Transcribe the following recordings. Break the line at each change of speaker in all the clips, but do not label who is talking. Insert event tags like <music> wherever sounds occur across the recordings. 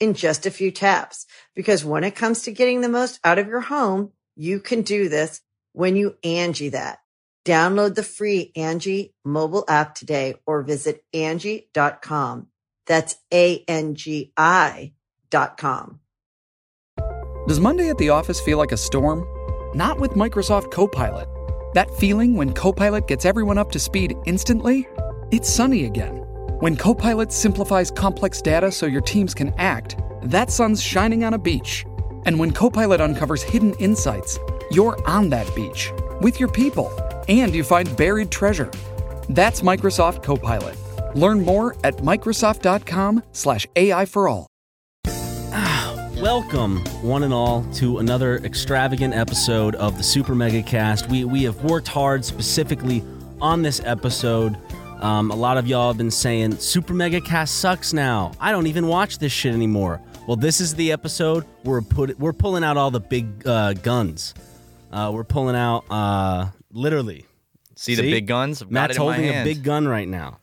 in just a few taps. Because when it comes to getting the most out of your home, you can do this when you Angie that. Download the free Angie mobile app today or visit Angie.com. That's A-N-G-I dot com.
Does Monday at the office feel like a storm? Not with Microsoft Copilot. That feeling when Copilot gets everyone up to speed instantly? It's sunny again. When Copilot simplifies complex data so your teams can act, that sun's shining on a beach. And when Copilot uncovers hidden insights, you're on that beach with your people and you find buried treasure. That's Microsoft Copilot. Learn more at Microsoft.com/slash AI for all.
Welcome, one and all, to another extravagant episode of the Super Mega Cast. We we have worked hard specifically on this episode. Um, a lot of y'all have been saying Super Mega Cast sucks now. I don't even watch this shit anymore. Well, this is the episode we're put we're pulling out all the big uh, guns. Uh, we're pulling out uh, literally.
See the big guns? I've got
Matt's
it in my
holding a
hand.
big gun right now,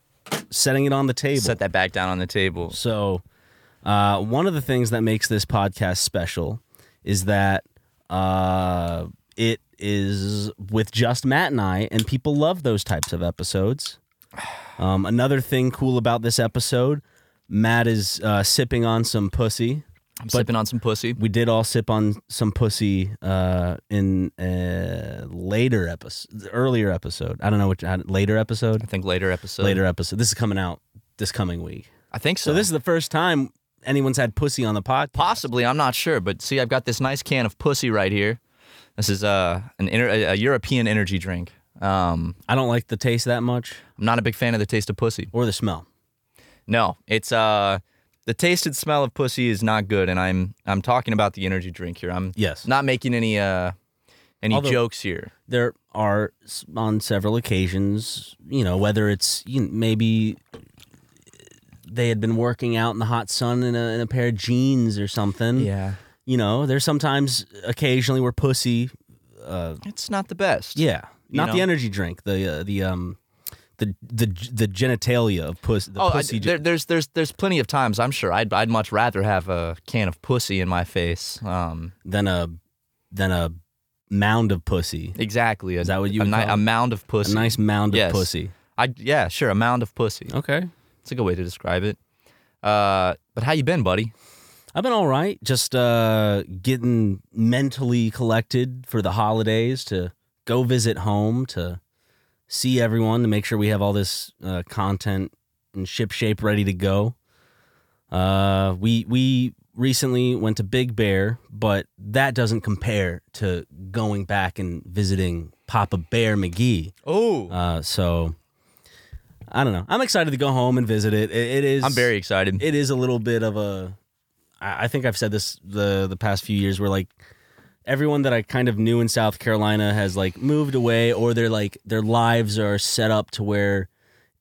setting it on the table.
Set that back down on the table.
So, uh, one of the things that makes this podcast special is that uh, it is with just Matt and I, and people love those types of episodes. Um, another thing cool about this episode, Matt is uh, sipping on some pussy.
I'm sipping on some pussy.
We did all sip on some pussy uh, in a later episode, earlier episode. I don't know which later episode.
I think later episode.
Later episode. This is coming out this coming week.
I think so.
So this is the first time anyone's had pussy on the pod.
possibly. I'm not sure, but see, I've got this nice can of pussy right here. This is uh, an inter- a a European energy drink. Um,
I don't like the taste that much
I'm not a big fan of the taste of pussy.
or the smell.
No, it's uh, the taste and smell of pussy is not good, and I'm I'm talking about the energy drink here. I'm
Yes.
not making any uh, any
Although-
jokes here.
There are s- on several occasions, you know, whether it's you know, maybe they had been working out in the hot sun in a, in a pair of jeans or something.
Yeah,
You know, there's sometimes occasionally where pussy, uh,
it's not the best.
yeah,
You
not the
know.
energy drink, the uh, the um the the the genitalia of pussy. The
oh, I-
pussy. gen-
there, there's there's there's plenty of times I'm sure I'd I'd much rather have a can of pussy in my face. Um,
than a than a mound of pussy.
exactly. A,
Is that what you
a,
would
ni-
call it?
a mound of pussy?
A nice mound
Yes.
of pussy. Oh.
I yeah, sure, a mound of pussy.
Okay.
It's a good way to describe it. Uh, but how you been, buddy?
I've been all right, just uh getting mentally collected for the holidays to go visit home to see everyone to make sure we have all this uh, content and ship shape ready to go. Uh we we recently went to Big Bear, but that doesn't compare to going back and visiting Papa Bear McGee.
Oh,
Uh, so I don't know. I'm excited to go home and visit it. It, it is.
I'm very excited.
It is a little bit of a. I I think I've said this the the past few years where like everyone that I kind of knew in South Carolina has like moved away or they're like their lives are set up to where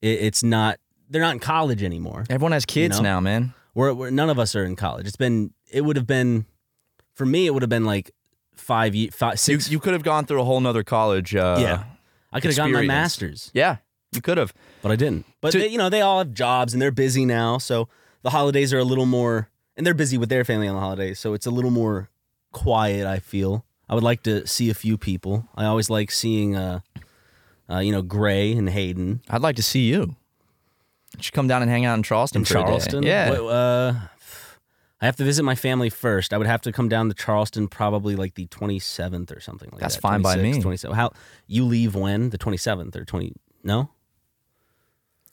it, it's not they're not in college anymore.
Everyone has kids
know?
now, man.
We're, we're none of us are in college. It's been it would have been for me it would have been like five ye- five
You,
six
you could have gone through a whole nother college. Uh,
yeah. I could have gotten my
experience.
masters.
yeah, you could have.
but I didn't. But
To-
they, you know, they all have jobs and they're busy now, so the holidays are a little more, and they're busy with their family on the holidays, so it's a little more quiet. I feel I would like to see a few people. I always like seeing, uh, uh you know, Gray and Hayden
I'd like to see you. You should come down and hang out in Charleston.
and
for a day.
Charleston.
Yeah.
Wh- uh, I have to visit my family first. I would have to come down to Charleston probably like the 27th or something like
That's
that.
fine by
26th,
me.
27th. How you leave when? The 27th or 20 No?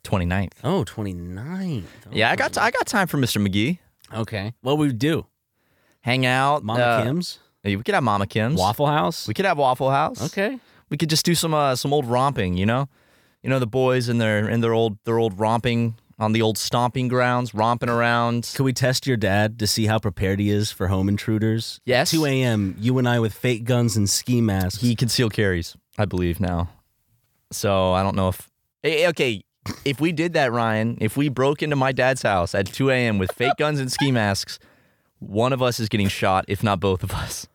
29th.
Oh, 29th.
Yeah, I got t- I got time for Mr. McGee.
Okay. What would we do?
Hang out.
Mama
uh,
Kim's?
yeah, We could have Mama Kim's.
Waffle House?
We could have Waffle House.
okay.
We could just do some uh, some old romping, you know? You know the boys in their in their old their old romping on the old stomping grounds, romping around.
Could we test your dad to see how prepared he is for home intruders?
Yes.
2 a.m., you and I with fake guns and ski masks.
He conceal carries, I believe now. So I don't know if Eh, eh, okay. If we did that, Ryan, if we broke into my dad's house at 2 a.m. with fake guns and ski masks, one of us is getting shot, if not both of us.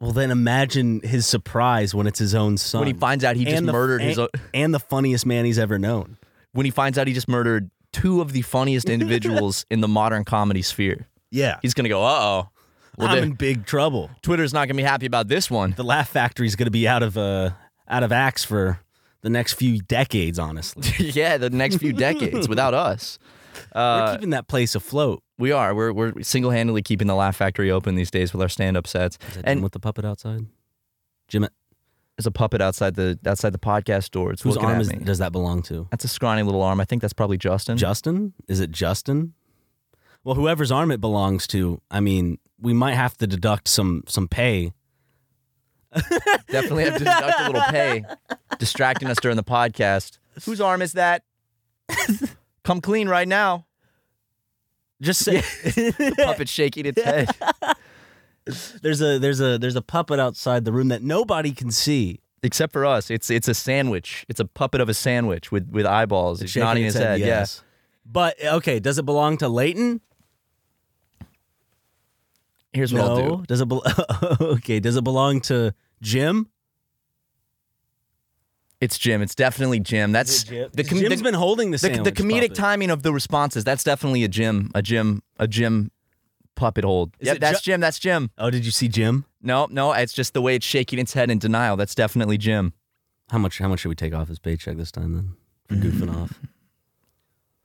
well, then imagine his surprise when it's his own son.
When he finds out he just
And the-
murdered his,
and-
o-
and the funniest man he's ever known.
when he finds out he just murdered two of the
<laughs>
funniest individuals in the modern comedy sphere,
Yeah.
he's gonna go, uh oh. Well,
I'm
then-
in big trouble.
Twitter's not gonna be happy about this one. <laughs>
The Laugh Factory's going to be out of uh, out of acts for the next few decades. Honestly,
yeah, the next few decades without us. Uh,
we're keeping that place afloat.
We are. We're we're single handedly keeping the Laugh Factory open these days with our stand up sets.
Is that
and-
Jim with the puppet outside, Jim,
There's a puppet outside the outside the podcast door. It's
whose
looking
arm
at
is,
me.
does that belong to?
That's a scrawny little arm. I think that's probably Justin.
Justin? Is it Justin? Well, whoever's arm it belongs to, I mean, we might have to deduct some some pay.
<laughs> Definitely have to deduct a little
<laughs>
pay, distracting us during the podcast. Whose arm
<laughs>
is that? Come clean right now.
Just say
Puppet shaking its head.
<laughs> there's a there's a there's a puppet outside the room that nobody can see.
except for us. It's it's a sandwich. It's a puppet of a sandwich with with eyeballs. It's
shaking
nodding his head. Yes.
yes. But okay, does it belong to Leighton?
Here's what
no.
I'll do.
Does it bel <laughs> okay? Does it belong to Jim?
It's Jim. It's definitely Jim. That's the, com-
Jim's
the,
been holding the
the, the
sandwich
comedic
puppet.
timing of the responses. That's definitely a Jim. A Jim. A Jim. Puppet hold.
Is
Yep,
it
that's
Ju-
Jim. That's Jim.
Oh, did you see Jim?
No, no, it's just the way it's shaking its head in denial. That's definitely Jim.
How much? How much should we take off his paycheck this time then for
<laughs>
goofing off?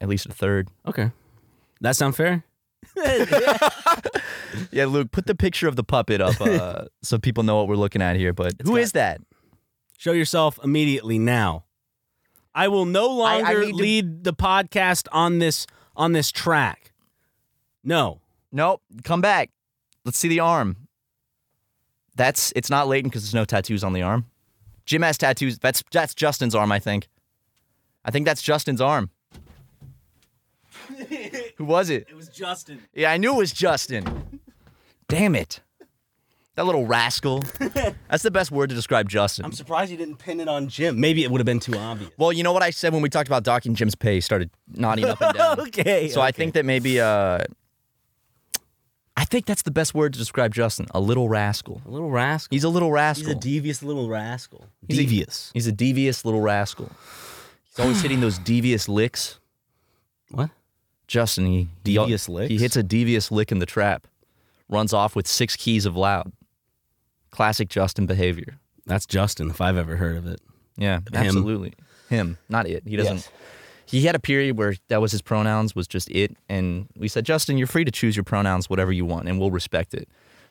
At least a third.
Okay, that sound fair?
Yeah, Luke, put the picture of the
<laughs>
puppet up uh, so people know what we're looking at here. But who is
got-
that?
Show yourself immediately now. I will no
I- I
longer
need to-
lead the podcast on this on this track. No.
Nope. Come back. Let's see the arm. That's it's not Leighton because there's no tattoos on the arm. Jim has tattoos. That's that's Justin's arm, I think. I think that's Justin's
<laughs>
arm. Who was it?
It was Justin.
Yeah, I knew it was Justin. Damn it. That little rascal. That's the best word to describe Justin.
I'm surprised you didn't pin it on Jim. Maybe it would have been too obvious.
well, you know what I said when we talked about docking Jim's pay? He started nodding <laughs> up and
<laughs>
down.
okay.
So I think that maybe uh I think that's the best word to describe Justin, a little rascal.
a little rascal.
He's a little rascal.
He's a devious little rascal.
He's a- He's a devious little rascal. He's always hitting those devious licks.
what?
Justin, he he-
Devious
He
licks?
hits a devious lick in the trap. Runs off with six keys of loud. Classic Justin behavior.
That's Justin, if I've ever heard of it.
Yeah, absolutely. Him, not it. He doesn't.
Yes.
He had a period where that was his pronouns was just it, and we said, Justin, you're free to choose your pronouns whatever you want, and we'll respect it.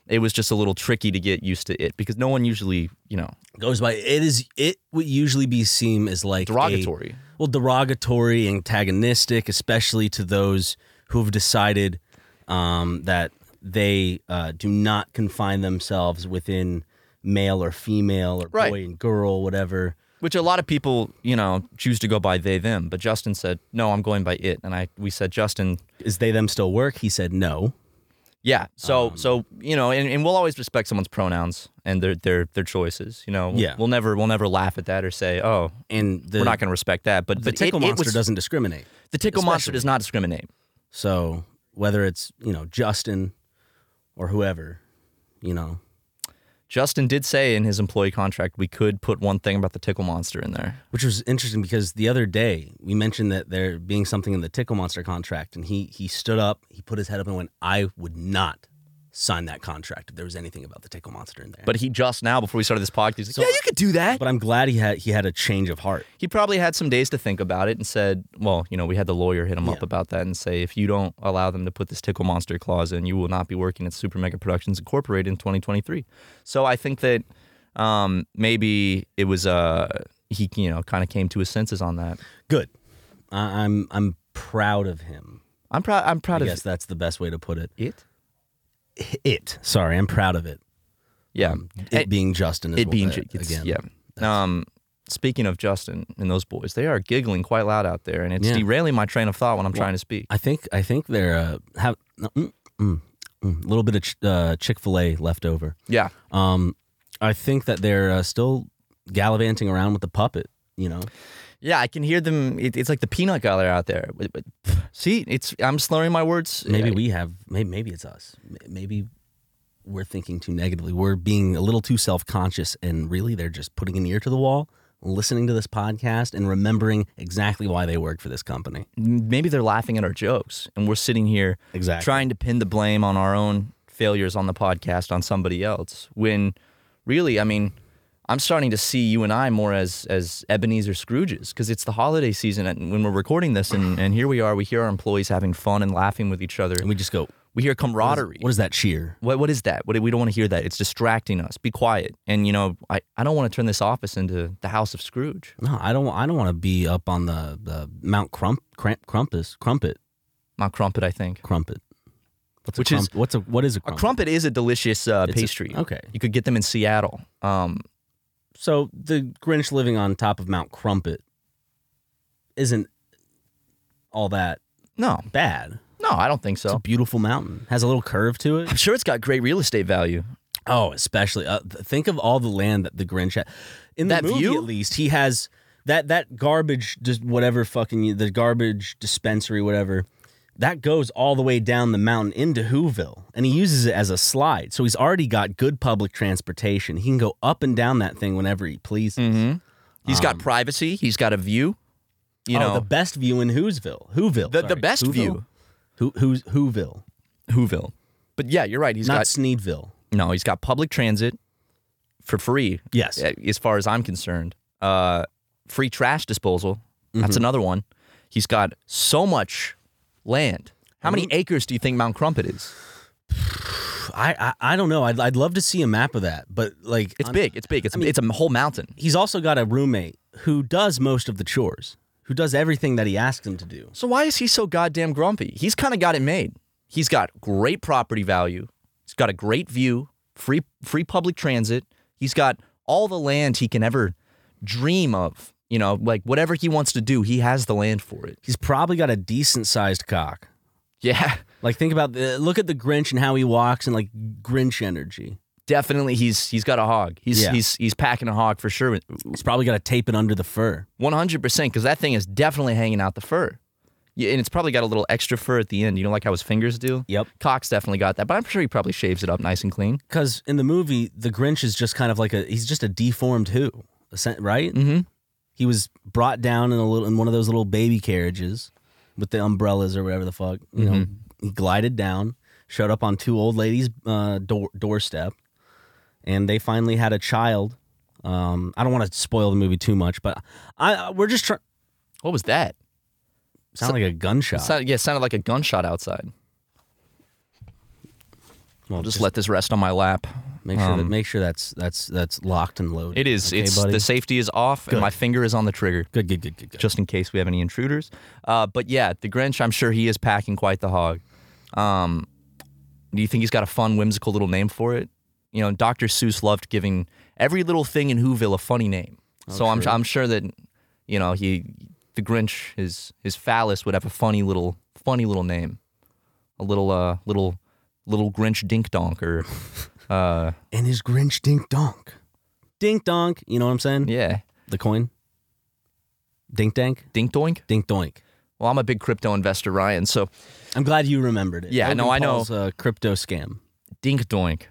It was just a little tricky to get used to it because no one usually, you know,
Goes by it is it would usually be seen as like a-
derogatory.
well, derogatory, antagonistic, especially to those who have decided um, that they uh, do not confine themselves within male or female or
Right.
boy and girl, whatever.
which a lot of people, you know, choose to go by they them, but Justin said, "No, I'm going by it." And I we said, "Justin,
Is they them still work? He said no.
yeah." So
Um.
so, you know, and, and we'll always respect someone's pronouns and their their their choices, you know. We'll-
Yeah.
We'll never we'll never laugh at that or say, "Oh,
And the,
we're not going to respect that." But
the
but
tickle
it, it
monster
was-
doesn't discriminate.
The tickle monster
especially.
does not discriminate.
So whether it's you know Justin or whoever, you know
Justin did say in his employee contract we could put one thing about the tickle monster in there.
Which was interesting because the other day we mentioned that there being something in the Tickle Monster contract, and he he stood up, he put his head up, and went, "I would not sign that contract if there was anything about the tickle monster in there.
But he just now, before we started this podcast, he's like, yeah, you could do that.
but I'm glad he had he had a change of heart.
He probably had some days to think about it and said, well, you know, we had the lawyer hit him up
Yeah.
about that and say, if you don't allow them to put this tickle monster clause in, you will not be working at Super Mega Productions Incorporated in 2023. So I think that um, maybe it was, uh, he, you know, kind of came to his senses on that.
Good. I, I'm I'm proud of him.
I'm proud. I'm proud
I
of
guess that's the best way to put it.
it.
It. Sorry, I'm proud of it.
Yeah.
It
And-
being Justin. Is
it
what
being
that-
it's-
again.
Yeah. Um, speaking of Justin and those boys, they are giggling quite loud out there, and it's
Yeah.
derailing my train of thought when I'm trying to speak.
I think I think they're uh, have a mm, mm, mm, little bit of ch- uh, Chick Fil A left over.
Yeah.
Um, I think that they're uh, still gallivanting around with the puppet. You know,
Yeah, I can hear them. It, it's like the peanut gallery out there. But- but- See, it's I'm slurring my words.
maybe we have. Maybe, maybe it's us. M- Maybe we're thinking too negatively. We're being a little too self conscious, and really, they're just putting an ear to the wall, listening to this podcast, and remembering exactly why they work for this company.
maybe they're laughing at our jokes, and we're sitting here
Exactly.
trying to pin the blame on our own failures on the podcast on somebody else. When really, I mean, I'm starting to see you and I more as as Ebenezer Scrooges because it's the holiday season, and when we're recording this, and and here we are, we hear our employees having fun and laughing with each other.
and we just go.
We hear camaraderie.
What is that cheer?
What what is that? What we don't want to hear that. It's distracting us. Be quiet. And you know, I, I don't want to turn this office into the house of Scrooge.
No, I don't. I don't want to be up on the, the Mount Crump, Cramp, Crumpus, Crumpet,
Not crumpet, I think.
Crumpet. What's a
Which
crump,
is-
what's a what is a
A
crumpet?
crumpet is a delicious uh,
Oh. It's a-
pastry.
okay.
You could get them in Seattle. Um,
So the Grinch living on top of Mount Crumpet isn't all that
no,
bad.
no, I don't think
It's a
so.
beautiful mountain. Has a little curve to it.
I'm sure it's got great real estate value.
Oh, especially uh, th- think of all the land that the Grinch had. In
That
the movie,
view?
at least, he has that that garbage, just whatever fucking the garbage dispensary, whatever. That goes all the way down the mountain into Whoville, and he uses it as a slide. So he's already got good public transportation. He can go up and down that thing whenever he pleases.
He's got privacy. He's got a view. You
Um, Oh,
know,
the best view in Whoville. Whoville.
The- the
sorry.
best
Whoville?
view.
Who who's Whoville?
Whoville. But yeah, you're right. He's
Not
got
Sneedville.
no. He's got public transit for free.
Yes.
as far as I'm concerned. Uh, free trash disposal. That's
Mm-hmm.
another one. He's got so much land. How many
Mm-hmm.
acres do you think Mount Crumpet is?
I, I I don't know. I'd I'd love to see a map of that, but like
It's
on-
big. It's big. It's it's a whole mountain.
he's also got a roommate who does most of the chores, who does everything that he asks him to do.
So why is he so goddamn grumpy? He's kind of got it made. He's got great property value. He's got a great view. Free free public transit. He's got all the land he can ever dream of. You know, like whatever he wants to do, he has the land for it. <laughs>
He's probably got a decent sized cock.
Yeah.
Like think about the look at the Grinch and how he walks and like Grinch energy.
definitely he's he's got a hog. He's
Yeah.
he's he's packing a hog for sure.
He's probably got to tape it under the fur.
100% cuz that thing is definitely hanging out the fur. Yeah, and it's probably got a little extra fur at the end, you know like how his fingers do?
Yep.
Cox definitely got that, but I'm sure he probably shaves it up nice and clean.
Because in the movie, the Grinch is just kind of like a he's just a deformed who, essen- right?
Mhm.
He was brought down in a little in one of those little baby carriages with the umbrellas or whatever the fuck. You know,
Mm-hmm.
he glided down, showed up on two old ladies' uh, door, doorstep, and they finally had a child. Um, I don't want to spoil the movie too much, but I we're just trying.
What was that?
Sound like a gunshot.
Sound, yeah, it sounded like a gunshot outside.
well,
I'll just, let this rest on my lap.
make sure that make sure that's that's that's locked and loaded.
It is.
Okay,
it's
buddy?
the safety is off and my finger is on the trigger.
good, good, good, good, good.
just in case we have any intruders. Uh, but yeah, the Grinch, I'm sure he is packing quite the hog. Um, do you think he's got a fun, whimsical little name for it? You know, Dr. Seuss loved giving every little thing in Whoville a funny name. so I'm I'm sure that you know he, the Grinch, his his phallus would have a funny little funny little name, a little uh little little Grinch Dink Donk or uh
and his Grinch Dink Donk. Dink Donk, you know what I'm saying?
yeah
The coin. Dink Dank,
Dink Doink.
Dink Doink.
Well, I'm a big crypto investor, Ryan. So
I'm glad you remembered it.
Yeah,
Logan
no, I know.
Paul's, uh, crypto scam.
Dink Doink.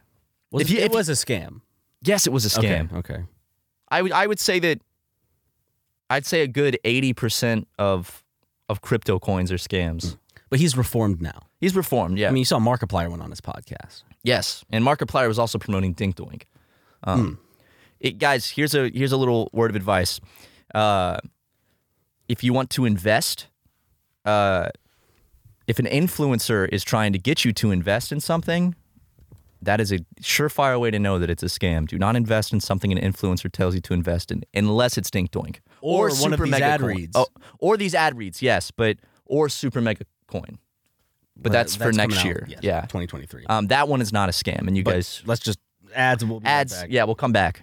Was
If
it,
you-
it
if you-
was a scam.
Yes, it was a scam.
Okay. okay.
I would I would say that I'd say a good eighty percent of of crypto coins are scams.
But he's reformed now.
He's reformed, yeah.
Mm. I mean, you saw Markiplier went on his podcast.
Yes, and Markiplier was also promoting Dink Doink.
Hmm.
Um, it, guys, here's a here's a little word of advice. Uh, if you want to invest, uh, if an influencer is trying to get you to invest in something, that is a surefire way to know that it's a scam. Do not invest in something an influencer tells you to invest in, unless it's Dink Doink
Or one of these
Mega
ad
Coin.
reads.
Oh, or these ad reads, yes, but or Super Mega Coin. But that's for
coming
next
out,
year.
yes,
Yeah.
2023.
Um, that one is not a scam, and you
But
guys
let's just ads. and We'll be right
ads.
back.
Yeah, we'll come back.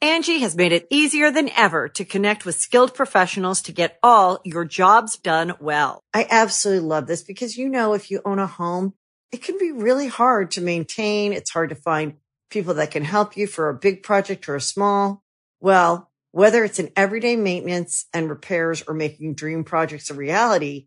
Angie has made it easier than ever to connect with skilled professionals to get all your jobs done well. I absolutely love this because, you know, if you own a home, it can be really hard to maintain. It's hard to find people that can help you for a big project or a small. Well, whether it's in everyday maintenance and repairs or making dream projects a reality,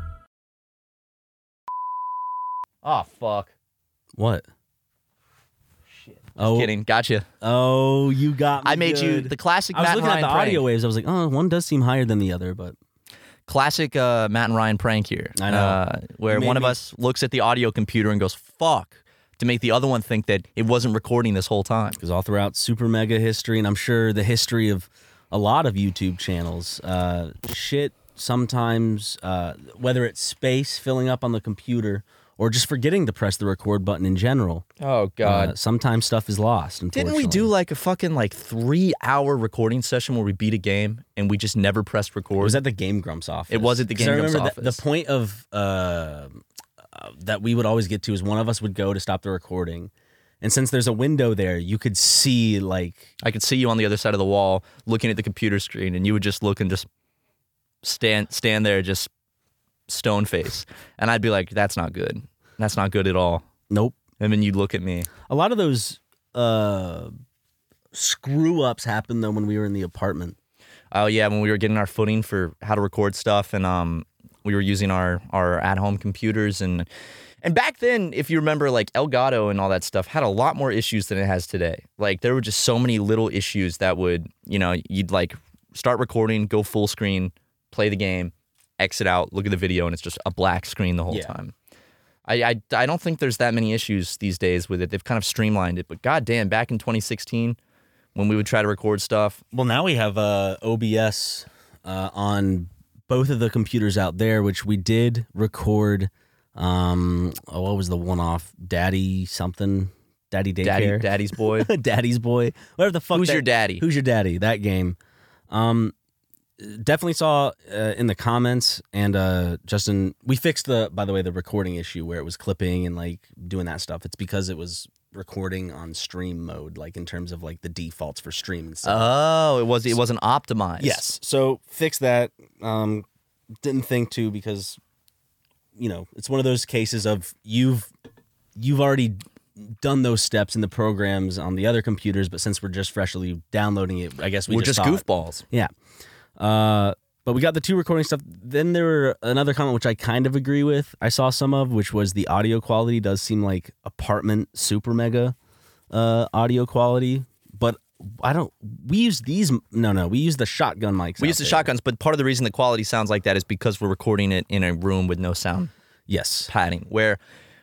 Ah,
Oh fuck!
What? Shit. Oh,
Kidding. Gotcha.
oh, you got. Me
I made you
good.
the classic.
I was
Matt and
looking
Ryan
at the
prank.
audio waves. I was like, oh, one does seem higher than the other, but
Classic uh, Matt and Ryan prank here.
I know.
Uh, where
You made
one of
me-
us looks at the audio computer and goes "fuck" to make the other one think that it wasn't recording this whole time.
because all throughout super mega history, and I'm sure the history of a lot of YouTube channels, uh, shit sometimes, uh, whether it's space filling up on the computer or just forgetting to press the record button in general,
Oh
uh, sometimes stuff is lost.
Didn't we do
unfortunately.
like a fucking like three hour recording session where we beat a game and we just never pressed record?
was at the Game Grumps office.
It was at the
'Cause I
Game Grumps
remember the-
office.
The point of uh, uh, that we would always get to is one of us would go to stop the recording, and since there's a window there, you could see like
I could see you on the other side of the wall looking at the computer screen, and you would just look and just stand stand there, just stone face. And I'd be like, "That's not good. That's not good at all."
nope.
And then you'd look at me.
A lot of those uh, screw ups happened though when we were in the apartment.
Oh yeah, when we were getting our footing for how to record stuff, and um, we were using our our at home computers, and and back then, if you remember, like Elgato and all that stuff had a lot more issues than it has today. Like there were just so many little issues that would, you know, you'd like start recording, go full screen, play the game, exit out, look at the video, and it's just a black screen the whole
Yeah.
time. I, I, I don't think there's that many issues these days with it. They've kind of streamlined it, but goddamn, back in 2016, when we would try to record stuff,
Well, now we have uh, OBS uh, on both of the computers out there, which we did record. Um, oh, what was the one off? Daddy something, Daddy daycare.
Daddy,
<laughs>
Daddy's boy.
Daddy's boy, whatever the fuck.
Who's
that-
your daddy?
Who's your daddy? That game. Um, definitely saw uh, in the comments and uh, Justin. We fixed the by the way the recording issue where it was clipping and like doing that stuff. It's because it was recording on stream mode, like in terms of like the defaults for stream and stuff.
Oh, it was it wasn't optimized.
yes. So fix that. Um, didn't think to because you know it's one of those cases of you've you've already done those steps in the programs on the other computers, but since we're just freshly downloading it, I guess we
we are just,
saw it.
goofballs.
Yeah. Uh, but we got the two recording stuff. Then there were another comment which I kind of agree with. I saw some of which was the audio quality does seem like apartment super mega uh, audio quality, but I don't. We use these. No, no. We use the shotgun mics.
We
out
use the
there.
shotguns, but part of the reason the quality sounds like that is because we're recording it in a room with no sound
Yes.
padding. Where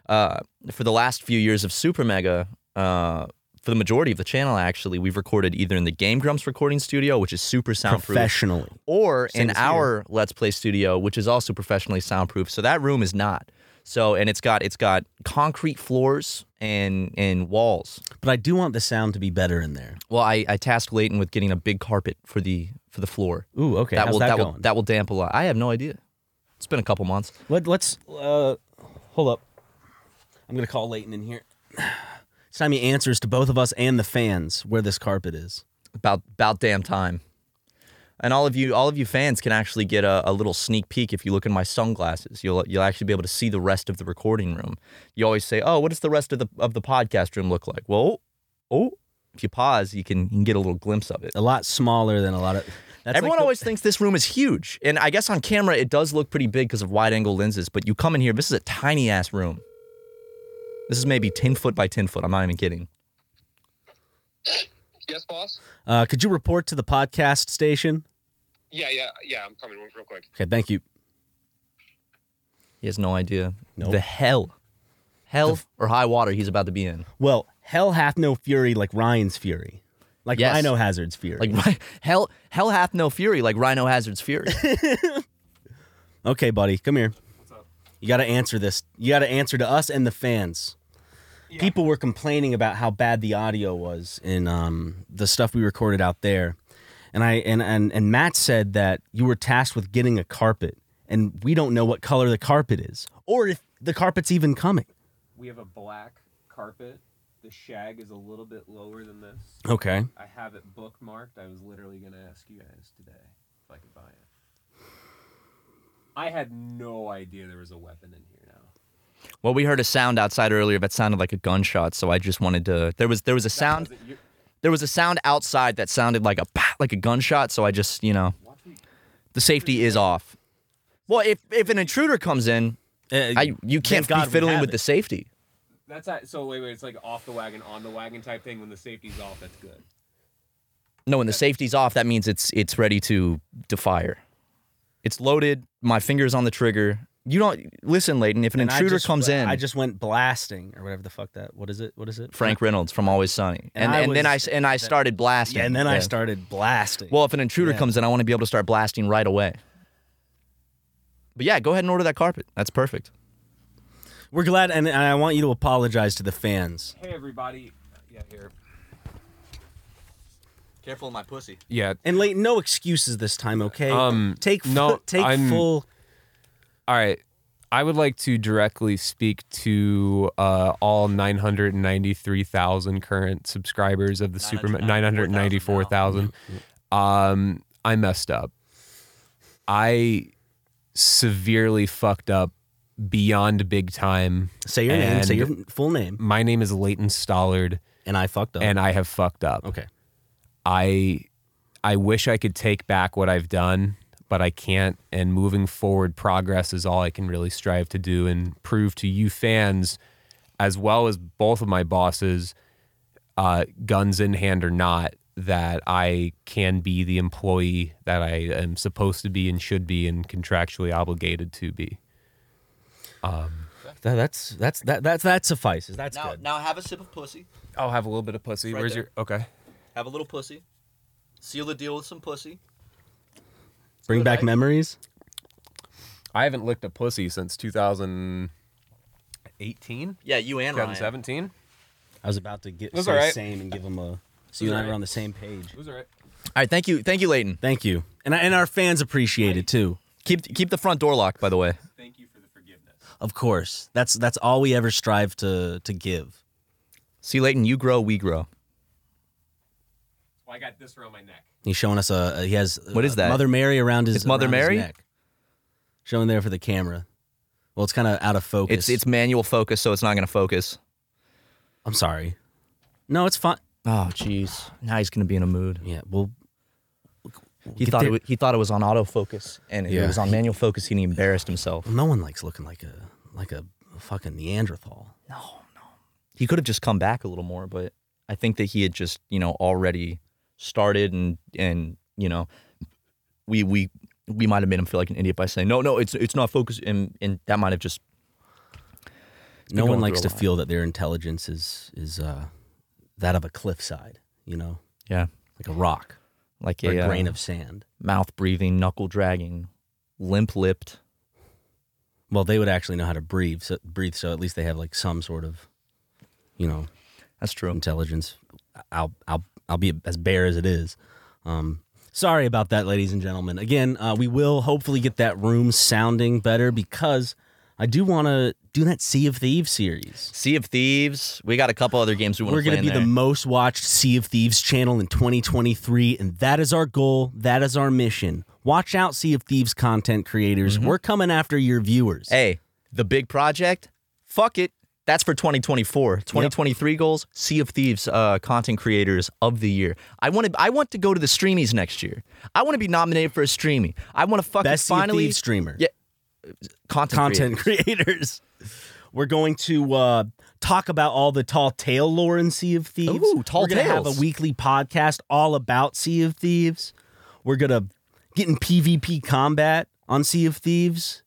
uh, for the last few years of Super Mega, uh, for the majority of the channel, actually, we've recorded either in the Game Grumps recording studio, which is super soundproof,
Professionally.
or
Same
in
as here.
our Let's Play studio, which is also professionally soundproof. So that room is not. So and it's got it's got concrete floors and and walls.
But I do want the sound to be better in there.
Well, I, I tasked Leighton with getting a big carpet for the for the floor.
Ooh, okay.
that
How's
will
that,
that
going?
will that will damp a lot. I have no idea. It's been a couple months.
Let, let's uh, hold up. I'm gonna call Leighton in here. <sighs> It's time he answers to both of us and the fans where this carpet is.
About about damn time. And all of you all of you fans can actually get a, a little sneak peek if you look in my sunglasses. You'll you'll actually be able to see the rest of the recording room. You always say, "Oh, what does the rest of the of the podcast room look like?" Well, oh, if you pause, you can, you can get a little glimpse of it.
A lot smaller than a lot of. That's
Everyone
like the-
always thinks this room is huge, and I guess on camera it does look pretty big because of wide angle lenses. But you come in here, this is a tiny ass room. This is maybe ten foot by ten foot. I'm not even kidding.
Yes, boss.
Uh, could you report to the podcast station?
Yeah, yeah, yeah. I'm coming real quick.
Okay, thank you.
He has no idea
Nope.
the hell, hell or high water he's about to be in.
Well, hell hath no fury like Ryan's fury, like
Yes.
Rhino Hazard's fury.
Like <laughs> Ry- hell, hell hath no fury like Rhino Hazard's fury.
okay, buddy, come here. You got to answer this. You got to answer to us and the fans. People were complaining about how bad the audio was in um, the stuff we recorded out there, and I and, and and Matt said that you were tasked with getting a carpet, and we don't know what color the carpet is, or if the carpet's even coming.
We have a black carpet. The shag is a little bit lower than this.
Okay.
I have it bookmarked. I was literally going to ask you guys today if I could buy it. I had no idea there was a weapon in here now.
well, we heard a sound outside earlier that sounded like a gunshot, so I just wanted to. There was there was a sound,
Wasn't you-
there was a sound outside that sounded like a "Pah!" like a gunshot, so I just you know, the safety is off. Well, if if an intruder comes in,
Uh,
I, you can't
God
be
we
fiddling
have
with
it.
the safety.
That's not, so wait, wait. It's like off the wagon, on the wagon type thing. When the safety's off, that's good.
No, when the safety's off, that means it's it's ready to to fire. It's loaded. My finger's on the trigger. You don't listen, Leighton. If an
And I
intruder
just-
comes in,
I just went blasting or whatever the fuck that. What is it? What is it?
Frank Reynolds from Always Sunny, and
And I
and then I
was-
s- and I started blasting.
Yeah, and then I
Yeah.
started blasting.
Well, if an intruder comes in, I want to be able to start blasting right away. But yeah, go ahead and order that carpet. That's perfect.
we're glad, and, and I want you to apologize to the fans.
Hey, everybody. Yeah, here.
Careful of my pussy.
Yeah.
And Leighton, no excuses this time, okay?
Um,
take fu-
no,
take
I'm-
full.
All right. I would like to directly speak to uh, all 993,000 current subscribers of the Superman 994,000. Um I messed up. I severely fucked up beyond big time.
Say your name. Say your
And
full name.
My name is Leighton Stollard
And I fucked up.
and I have fucked up.
okay,
I I wish I could take back what I've done, but I can't. And moving forward, progress is all I can really strive to do and prove to you fans, as well as both of my bosses, uh, guns in hand or not, that I can be the employee that I am supposed to be and should be and contractually obligated to be.
That- that's that's that that that suffices. That's
Now,
good.
now have a sip of pussy.
I'll have a little bit of pussy.
Right
Where's
there.
your okay?
Have a little pussy. Seal the deal with some pussy.
Bring
good,
back
right?
memories.
I haven't licked a pussy since 2018,
Yeah, you and Ryan.
2017.
I was about to get
That's
say
all right.
same and give them a. So you and I were on the same page.
Who's all right?
All right, thank you, thank you, Leighton.
Thank you, and I, and our fans appreciate it too.
Keep keep the front door locked, by the way.
Of course, that's that's all we ever strive to to give.
See, Leighton, you grow, we grow.
Well, I got this around my neck.
He's showing us a. a- He has
What is
uh,
that?
Mother Mary around his.
It's Mother
around his
Mary?
neck. Showing there for the camera. Well, it's kind of out of focus.
It's it's manual focus, so it's not gonna focus.
I'm sorry. No, it's fine.
Oh, jeez. Now he's gonna be in a mood.
Yeah. Well,
He
Get
thought
there.
it, wa- he thought it was on autofocus, and if
Yeah.
it was on manual focus. and He embarrassed himself.
no one likes looking like a like a fucking Neanderthal.
He could have just come back a little more, but I think that he had just you know already started and and you know we we we might have made him feel like an idiot by saying no no it's it's not focused and and that might have just
no
going
one
through
likes
a
to
lot.
feel that their intelligence is is uh, that of a cliffside, you know,
yeah
like a rock
like
or
a,
a grain
uh,
of sand.
mouth breathing knuckle dragging limp lipped
Well, they would actually know how to breathe, so breathe. So at least they have like some sort of, you know,
that's true
intelligence. I'll I'll I'll be as bare as it is. Um, sorry about that, ladies and gentlemen. Again, uh, we will hopefully get that room sounding better because I do want to do that Sea of Thieves series.
sea of thieves we got a couple other games we want
We're
to play
going to
in
be
there.
the most watched Sea of Thieves channel in 2023, and that is our goal. That is our mission. Watch out, Sea of Thieves content creators. We're coming after your viewers.
Hey, the big project, fuck it. That's for 2024. 2023 goals, Sea of Thieves uh, content creators of the year. I want to I want to go to the streamies next year. I want to be nominated for a streamy. I want to fucking
Best Sea of
finally
Thieves streamer.
Yeah, content, creator.
content creators. We're going to uh, talk about all the Tall Tale lore in Sea of Thieves.
Ooh, Tall
We're gonna have a
Tales.
weekly podcast all about Sea of Thieves. We're gonna get in PvP combat on Sea of Thieves.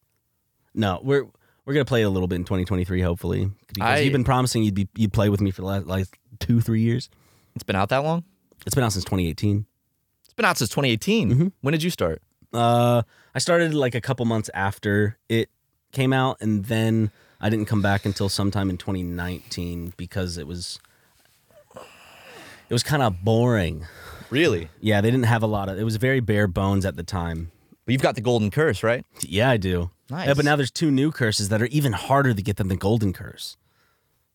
No, we're we're gonna play it a little bit in 2023, hopefully, because
I-
you've been promising you'd be you'd play with me for the last like two three years.
It's been out that long?
It's been out since 2018.
It's been out since 2018.
Mm-hmm.
When did you start?
Uh, I started like a couple months after it came out, and then I didn't come back until sometime in 2019 because it was it was kind of boring.
Really?
Yeah, they didn't have a lot of. It was very bare bones at the time.
But you've got the golden curse, right?
Yeah, I do.
Nice.
Yeah, but now there's two new curses that are even harder to get than the Golden Curse.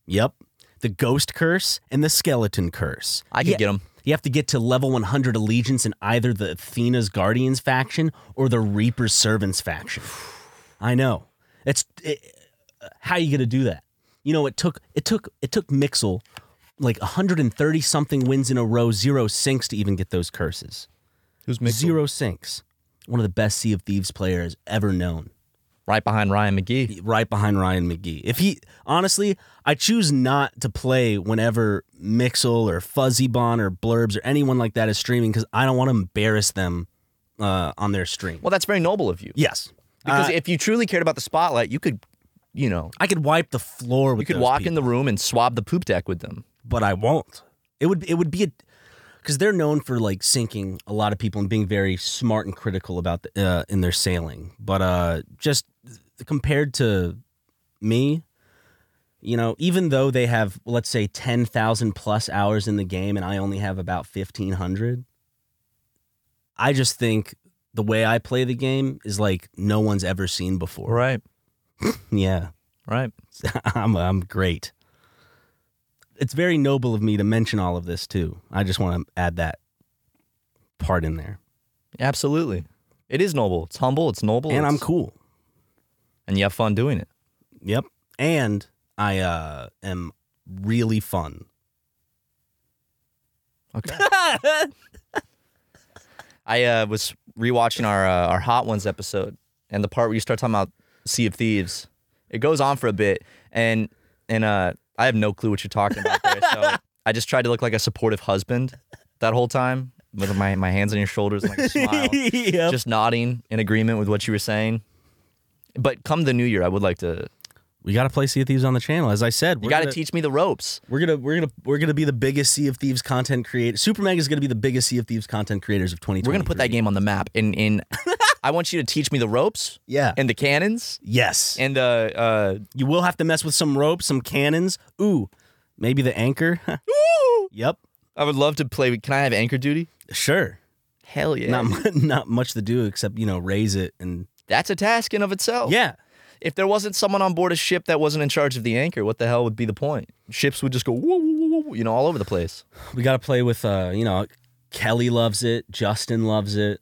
Yep, the Ghost Curse and the Skeleton Curse.
I could
Yeah.
get them.
You have to get to level 100 allegiance in either the Athena's Guardians faction or the Reaper's Servants faction. I know. It's it, how you going to do that? You know, it took it took it took Mixel like 130 something wins in a row, zero sinks to even get those curses.
Who's
Zero sinks. One of the best Sea of Thieves players ever known
Right behind Ryan McGee.
right behind Ryan McGee. If he honestly, I choose not to play whenever Mixel or Fuzzybon or Blurbs or anyone like that is streaming because I don't want to embarrass them uh, on their stream.
Well, that's very noble of you.
yes,
Because
Uh,
if you truly cared about the spotlight, you could, you know,
I could wipe the floor with
you could
those
walk
people,
in the room and swab the poop deck with them.
but I won't. It would it would be a because they're known for like sinking a lot of people and being very smart and critical about the, uh, in their sailing. But uh, just compared to me, you know, even though they have let's say ten thousand plus hours in the game, and I only have about fifteen hundred, I just think the way I play the game is like no one's ever seen before.
Right.
Yeah,
Right.
<laughs> I'm I'm great. It's very noble of me to mention all of this too. I just want to add that part in there.
Absolutely. It is noble. It's humble. It's noble.
and I'm
it's-
cool.
And you have fun doing it.
Yep. And I uh am really fun. <laughs>
Okay. <laughs> I uh, was rewatching our uh, our Hot Ones episode, and the part where you start talking about Sea of Thieves, it goes on for a bit, and and uh, I have no clue what you're talking about there. So
<laughs>
I just tried to look like a supportive husband that whole time with my, my hands on your shoulders, and like a smile,
<laughs> Yep.
just nodding in agreement with what you were saying. But come the new year, I would like to.
We got to play Sea of Thieves on the channel. As I said,
You
we're
got to
gonna-
teach me the ropes.
We're gonna we're gonna we're gonna be the biggest Sea of Thieves content creator. Super Mega is gonna be the biggest Sea of Thieves content creators of 2020.
We're gonna put that game on the map, and and <laughs> I want you to teach me the ropes
Yeah.
and the cannons
yes.
and uh, uh
You will have to mess with some ropes, some cannons. Ooh, maybe the anchor. <laughs> yep.
I would love to play. Can I have anchor duty?
Sure.
Hell yeah!
Not mu- <laughs> not much to do except you know raise it and
That's a task in of itself.
yeah.
If there wasn't someone on board a ship that wasn't in charge of the anchor, what the hell would be the point? Ships would just go whoa, whoa, whoa, whoa you know, all over the place.
We got to play with uh you know Kelly loves it, Justin loves it.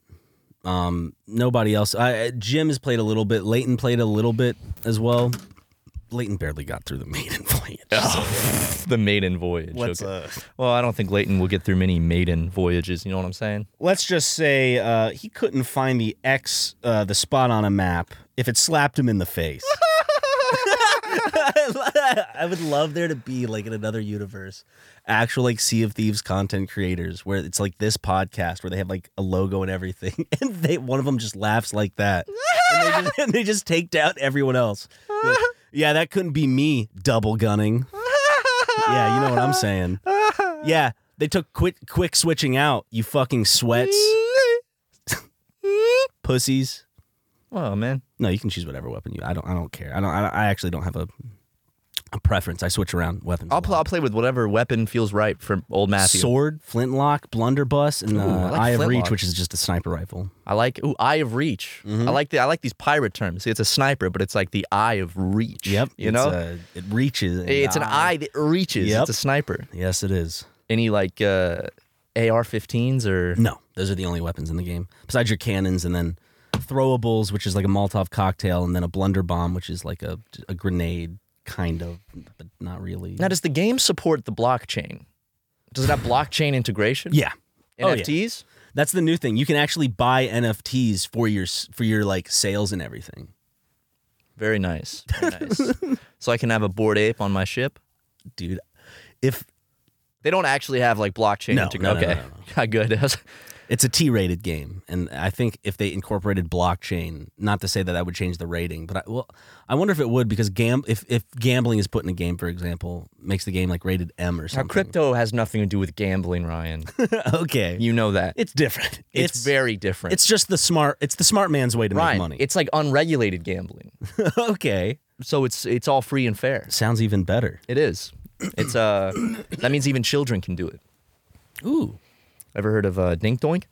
Um, nobody else. I, I- Jim has played a little bit. Leighton played a little bit as well. Leighton barely got through the <laughs> maiden voyage.
<laughs> the maiden voyage.
What's uh,
okay. Well, I don't think Leighton will get through many maiden voyages. You know what I'm saying?
let's just say uh, he couldn't find the X, uh, the spot on a map, if it slapped him in the face. I would love there to be like in another universe, actual like Sea of Thieves content creators where it's like this podcast where they have like a logo and everything, <laughs> and they one of them just laughs like that, and, they just, and they just take down everyone else. Like, yeah, that couldn't be me double gunning. yeah, you know what I'm saying. Yeah, they took quick quick switching out. You fucking
<laughs>
sweats, pussies.
Well, Oh, man.
No, you can choose whatever weapon you. I don't. I don't care. I don't. I, don't- I actually don't have a a preference. I switch around weapons. a
I'll, pl-
lot.
I'll play with whatever weapon feels right for old Matthew.
sword, flintlock, blunderbuss, and uh,
Ooh, I like
eye of reach,
flintlock.
which is just a sniper rifle.
I like ooh, eye of reach.
Mm-hmm.
I like the I like these pirate terms. See, it's a sniper, but it's like the eye of reach. You
it's
know,
a- it reaches. and
it's an
eye-
eye that reaches.
Yep.
It's a sniper.
Yes, it is.
Any like uh, AR-15s or
No, those are the only weapons in the game besides your cannons, and then throwables, which is like a Molotov cocktail, and then a blunder bomb, which is like a a grenade, kind of, but not really.
now does the game support the blockchain? Does it have blockchain integration?
yeah. Oh, yeah.
NFTs.
That's the new thing. You can actually buy NFTs for your s- for your like sales and everything.
Very nice. Very
<laughs>
nice. so I can have a board ape on my ship.
Dude, if
They don't actually have like blockchain
No, no,
integration.
no,
okay.
no,
<laughs>
no,
Good. I was-
it's a T-rated game and I think if they incorporated blockchain, not to say that that would change the rating, but I, well, I wonder if it would because gam if if gambling is put in a game for example, makes the game like rated M or
Now,
something.
crypto has nothing to do with gambling, Ryan.
<laughs> okay.
You know that.
it's different.
It's, very different.
It's just the smart it's the smart man's way to make
Ryan,
money.
It's like unregulated gambling.
<laughs> okay.
<laughs> So it's it's all free and fair.
Sounds even better.
It is. It's uh that means even children can do it.
Ooh.
Ever heard of uh, Dink Doink?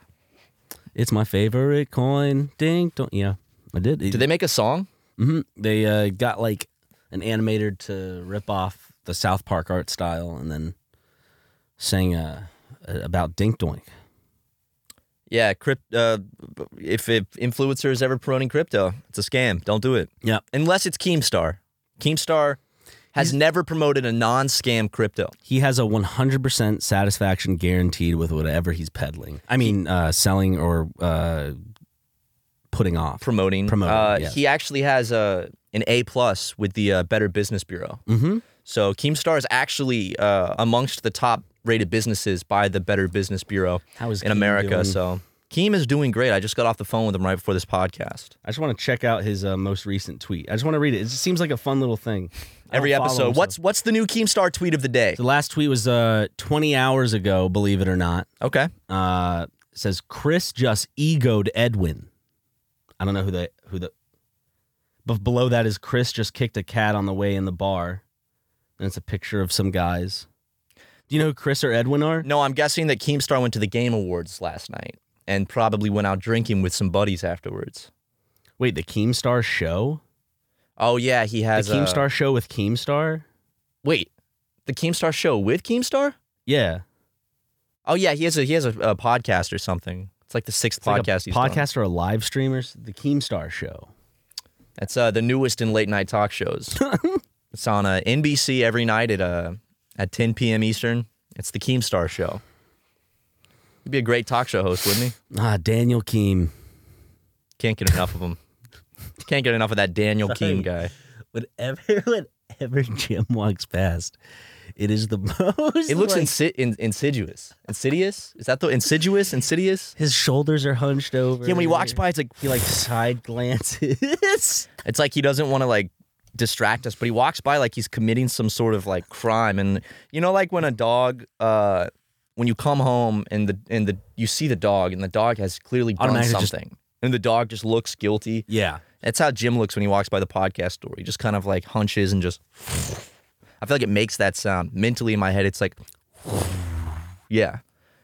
It's my favorite coin. Ding dong. Yeah. I did.
Did they make a song?
hmm They uh, got like an animator to rip off the South Park art style, and then sang uh, about Dink Doink.
Yeah, crypt. Uh, if, if influencers ever promoting crypto, it's a scam. Don't do it.
Yeah,
Unless it's Keemstar. Keemstar has never promoted a non-scam crypto.
he has a 100% satisfaction guaranteed with whatever he's peddling. I mean, uh, selling or uh, putting off.
Promoting.
Promoting,
Uh,
yeah.
He actually has a an A plus with the uh, Better Business Bureau.
mm-hmm.
So Keemstar is actually uh, amongst the top rated businesses by the Better Business Bureau
How is
in
Keem
America.
doing?
So Keem is doing great. I just got off the phone with him right before this podcast.
I just want to check out his uh, most recent tweet. I just want to read it. It just seems like a fun little thing. I
Every
don't follow him,
episode.
so-
What's what's the new Keemstar tweet of the day?
the last tweet was uh, 20 hours ago, believe it or not.
Okay.
uh, says Chris just egoed Edwin. I don't know who the who the. But below that is Chris just kicked a cat on the way in the bar, and it's a picture of some guys. Do you know who Chris or Edwin are?
No, I'm guessing that Keemstar went to the Game Awards last night and probably went out drinking with some buddies afterwards.
Wait, the Keemstar show,
Oh yeah, he has
the
a-
Keemstar show with Keemstar.
wait, the Keemstar show with Keemstar?
Yeah,
Oh yeah, he has a he has a, a podcast or something. It's like the sixth
It's like a
podcast. he's done.
podcast or a live streamers. The Keemstar show.
That's uh, the newest in late night
<laughs>
talk shows. it's on uh, NBC every night at uh, at 10 p.m. Eastern. It's the Keemstar Show. He'd be a great talk show host, wouldn't he?
Ah, Daniel Keem.
Can't get enough of him. Can't get enough of that Daniel Keem guy.
Whenever <laughs> whenever Jim walks past, it is the <laughs> most.
It looks
like,
insi- in- insidious. Insidious? Is that the insidious? Insidious?
His shoulders are hunched over.
Yeah, when he walks by, it's like
he like side glances.
it's like he doesn't want to like distract us, but he walks by like he's committing some sort of like crime. And you know, like when a dog, uh, when you come home and the and the you see the dog and the dog has clearly done
Automatically just-
something, and the dog just looks guilty.
<laughs> yeah,
That's how Jim looks when he walks by the podcast store. He just kind of like hunches and just. I feel like it makes that sound mentally in my head. It's like, yeah,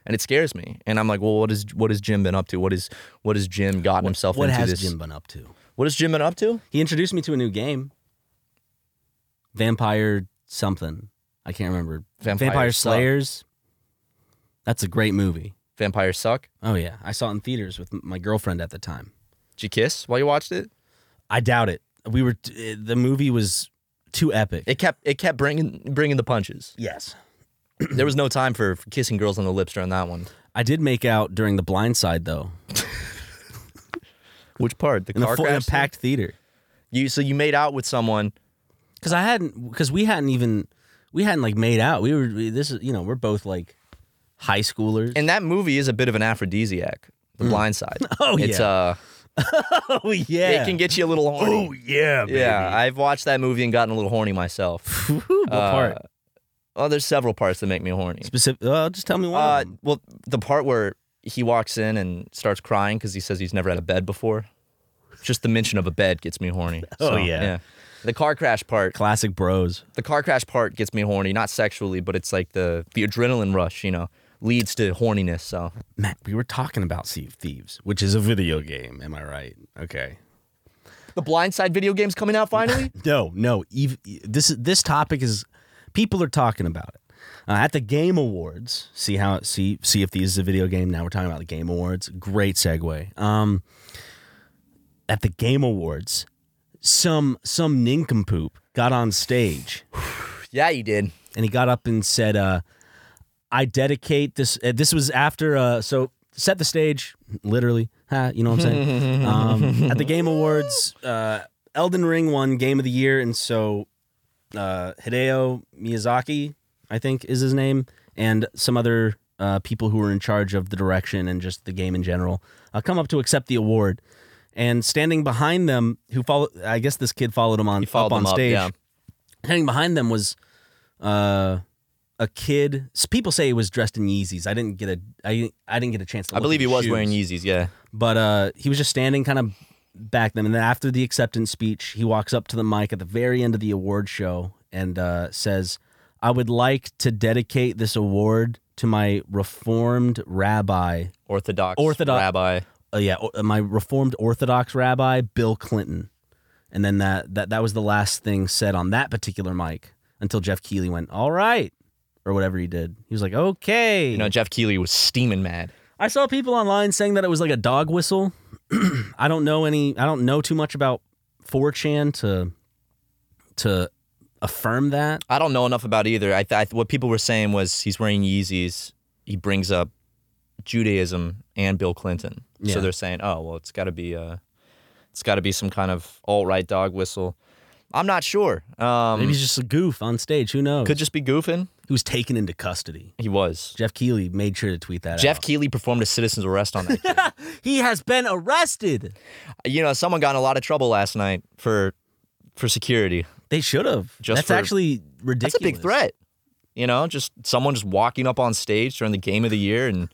and it scares me. And I'm like, well, what is what has Jim been up to? What is what has Jim gotten himself
what
into
has
this?
Jim been up to?
What has Jim been up to?
He introduced me to a new game, Vampire something. I can't remember.
Vampire Suck.
Slayers. That's a great movie.
Vampires suck.
Oh yeah, I saw it in theaters with m- my girlfriend at the time.
Did you kiss while you watched it?
I doubt it. We were t- eh, the movie was too epic.
It kept it kept bringing bringing the
<clears throat>
punches.
yes,
There was no time for, for kissing girls on the lips during that one.
I did make out during The Blind Side though
Which part? The
in a,
car
fu- in a
crash. scene?
packed theater.
You so you made out with someone
because I hadn't because we hadn't even we hadn't like made out. We were we- this is you know we're both like high schoolers.
And that movie is a bit of an aphrodisiac. The Blind Side.
<laughs> Oh,
It's
yeah.
uh,
<laughs> oh yeah, Oh,
it can get you a little horny.
yeah,
Yeah, I've watched that movie and gotten a little horny
<sighs>
myself.
what
Uh,
part?
Oh, there's several parts that make me horny.
Specific? Uh, just tell me one.
Uh,
of them.
well, the part where he walks in and starts crying because he says he's never had a bed before. Just the mention of a bed gets me horny.
<laughs> Oh, yeah.
The car crash part.
Classic bros.
The car crash part gets me horny, not sexually, but it's like the the adrenaline rush, you know, leads to horniness. So
Matt, we were talking about Sea of Thieves, which is a video game. Am I right? Okay.
the Blindside video game's coming out finally.
No, no. Ev- this is this topic is people are talking about it uh, at the Game Awards. See how see see if these is a video game. Now we're talking about the Game Awards. Great segue. Um, at the Game Awards, some some nincompoop got on stage
<laughs> yeah, you did.
and he got up and said, uh, "I dedicate this." Uh, this was after, uh, so set the stage, literally. Ha, you know what I'm
<laughs>
saying? um, at the Game Awards, uh, Elden Ring won Game of the Year, and so uh, Hideo Miyazaki, I think, is his name, and some other uh, people who were in charge of the direction and just the game in general, uh, come up to accept the award. And standing behind them, who follow, I guess this kid followed him on
He followed
up on
them up,
stage.
yeah.
Standing behind them was uh, a kid. s- People say he was dressed in Yeezys. I didn't get a I I didn't get a chance to.
I
look
believe
at
he
the
was
shoes.
wearing Yeezys. Yeah.
But uh, he was just standing kind of back them, and then after the acceptance speech, he walks up to the mic at the very end of the award show and uh, says, "I would like to dedicate this award to my reformed rabbi,
Orthodox.
Orthodox-
Rabbi.
uh, yeah, o- my reformed Orthodox rabbi Bill Clinton." And then that that that was the last thing said on that particular mic until Jeff Keeley went, "All right." Or whatever he did, he was like, "Okay."
You know, Jeff Keeley was steaming mad.
I saw people online saying that it was like a dog whistle. <clears throat> I don't know any. I don't know too much about 4chan to to affirm that.
I don't know enough about either. I, th- I th- what people were saying was he's wearing Yeezys. He brings up Judaism and Bill Clinton.
Yeah.
So they're saying, oh well, it's got to be uh, it's got to be some kind of alt right dog whistle. I'm not sure. Um,
Maybe he's just a goof on stage. Who knows?
could just be goofing.
he was taken into custody.
Oh. He was.
Jeff Keeley made sure to tweet that
Jeff
out.
Keeley performed a citizen's arrest on <laughs> that. kid.
he has been arrested.
you know, someone got in a lot of trouble last night for for security.
They should have.
Just
That's
for-
actually ridiculous.
That's a big threat. You know, just someone just walking up on stage during the game of the year and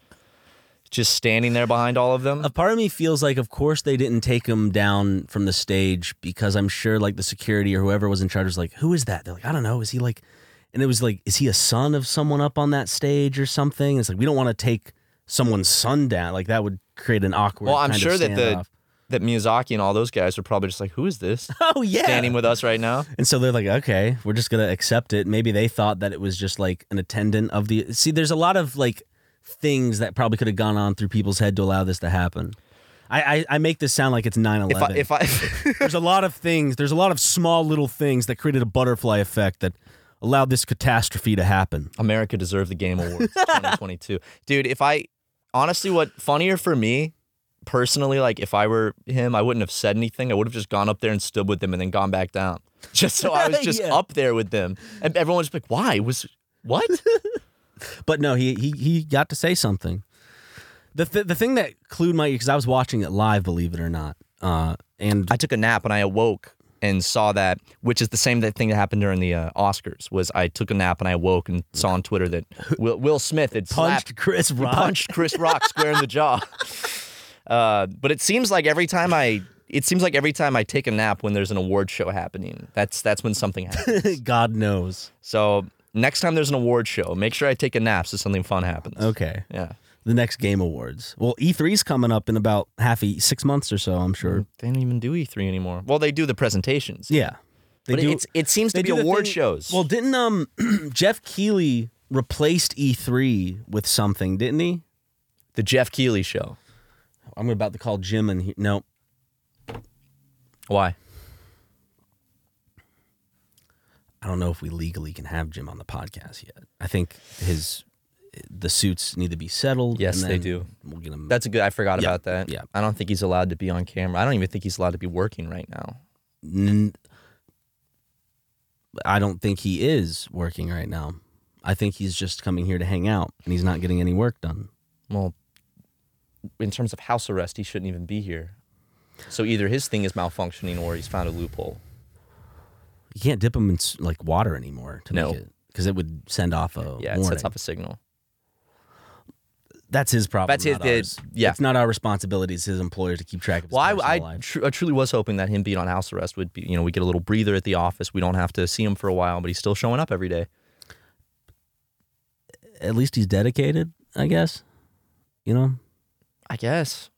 just standing there behind all of them.
A part of me feels like, of course, they didn't take him down from the stage because I'm sure, like, the security or whoever was in charge was like, "Who is that?" They're like, "I don't know." Is he like? And it was like, "Is he a son of someone up on that stage or something?" It's like we don't want to take someone's son down. Like that would create an awkward.
Well, I'm
kind of
sure that the
standoff. <laughs>
that Miyazaki and all those guys are probably just like, "Who is <laughs> this
oh yeah,
standing with us right now?"
And so they're like, okay, we're just gonna accept it. Maybe they thought that it was just like an attendant of the. See, there's a lot of like things that probably could have gone on through people's head to allow this to happen. I I, I make this sound like it's 9-11.
If I, if <laughs> I
there's a lot of things. There's a lot of small little things that created a butterfly effect that allowed this catastrophe to happen.
America deserved the Game Awards 2022, <laughs> dude. If I honestly, what funnier for me personally, like if I were him, I wouldn't have said anything. I would have just gone up there and stood with them and then gone back down, <laughs> just so I was just
Yeah.
up there with them, and everyone's like, "Why was
<laughs>
what?"
But no, he he he got to say something. The th- the thing that clued my because I was watching it live, believe it or not. Uh, and
I took a nap and I awoke and saw that, which is the same that thing that happened during the uh, Oscars. Was I took a nap and I woke and saw on
<laughs>
Twitter that Will, Will Smith had
punched
slapped,
Chris Rock.
punched Chris Rock square in the jaw. <laughs> Uh, but it seems like every time I, it seems like every time I take a nap when there's an award show happening, that's that's when something happens.
<laughs> God knows.
so next time there's an award show, make sure I take a nap so something fun happens.
Okay.
Yeah.
the next game awards. Well, E3's coming up in about half a six months or so, I'm sure.
They don't even do E3 anymore. Well, they do the presentations.
Yeah. They
but it's, it seems to
they
be
do the
award
thing-
shows.
Well, didn't um <clears throat> Jeff Keeley replaced E3 with something, didn't he?
the Jeff Keeley show.
I'm about to call Jim and he, no,
Why?
I don't know if we legally can have Jim on the podcast yet. I think his the suits need to be settled.
Yes,
and
they
then
do.
We'll get him.
That's a good. I forgot
Yeah,
about that.
yeah.
I don't think he's allowed to be on camera. I don't even think he's allowed to be working right now.
N- I don't think he is working right now. I think he's just coming here to hang out and he's not getting any work done.
Well, in terms of house arrest, he shouldn't even be here. So either his thing is malfunctioning or he's found a loophole.
You can't dip him in s- like water anymore to
No.
make it because it would send off a
Yeah, it
warning.
sets off a signal.
That's his problem.
That's his-
not ours.
it- yeah.
it's not our responsibility as his employer to keep track of. His
Well,
personal
I, I,
life.
tru- I truly was hoping that him being on house arrest would be, you know, we get a little breather at the office. We don't have to see him for a while, but he's still showing up every day.
At least he's dedicated, I guess. You know,
I guess.